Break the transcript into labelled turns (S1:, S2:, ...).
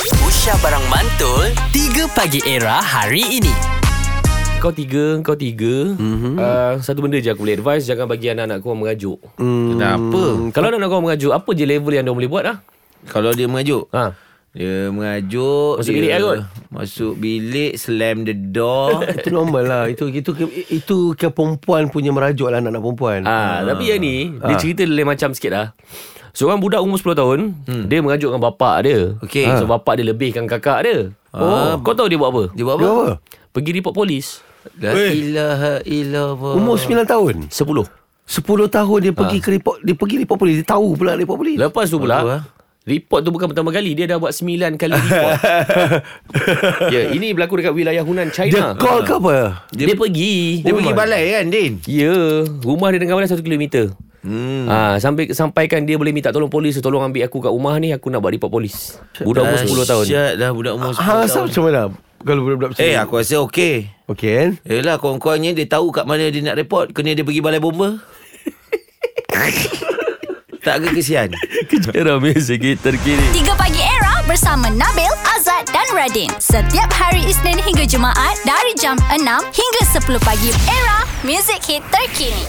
S1: Aisyah Barang Mantul 3 Pagi Era hari ini
S2: Kau tiga Kau tiga mm-hmm. uh, Satu benda je aku boleh advise Jangan bagi anak-anak kau merajuk mm.
S3: Kenapa?
S2: Kalau anak-anak kau merajuk Apa je level yang dia boleh buat lah
S3: Kalau dia merajuk
S2: ha.
S3: Dia merajuk
S2: Masuk
S3: dia
S2: bilik lah kot.
S3: Masuk bilik Slam the door
S4: Itu normal lah Itu itu itu ke perempuan punya merajuk lah Anak-anak perempuan
S2: Ha,
S3: Ah.
S2: Tapi yang ni Dia cerita lain macam sikit lah Seorang budak umur 10 tahun hmm. Dia merajuk dengan bapak dia
S3: Okey.
S2: So bapak dia lebihkan kakak dia Oh, kau tahu dia buat apa?
S3: Dia buat
S4: Dia
S3: apa?
S4: apa?
S2: Pergi report polis
S3: La ilaha illallah
S4: Umur 9 tahun
S2: 10
S4: 10 tahun dia pergi
S3: Ah.
S4: ke report Dia pergi report polis Dia tahu pula report polis
S2: Lepas tu pula
S3: Betul, ah.
S2: Report tu bukan pertama kali Dia dah buat 9 kali report Ya ini berlaku dekat wilayah Hunan China
S3: ah,
S4: Dia Oh call ke apa?
S2: Dia, dia pergi
S3: Dia pergi balai kan Din?
S2: Ya Rumah dia dengan balai 1 kilometer Hmm. Ah, sampai sampaikan dia boleh minta tolong polis tolong ambil aku kat rumah ni aku nak buat report polis. Budak umur 10 tahun. Ah,
S3: Asyad Eh, dah budak umur 10
S4: Hang rasa
S3: tahun
S4: macam mana? lah. Kalau budak-budak macam
S3: Eh
S4: ni?
S3: aku rasa okey
S4: Okey kan?
S3: Yelah korang-korangnya dia tahu kat mana dia nak report Kena dia pergi balai bomba Tak ke kesian?
S2: Kejar sikit terkini.
S5: 3 Pagi Era bersama Nabil, Azad dan Radin. Setiap hari Isnin hingga Jumaat dari jam 6 hingga 10 pagi. Era, music hit terkini.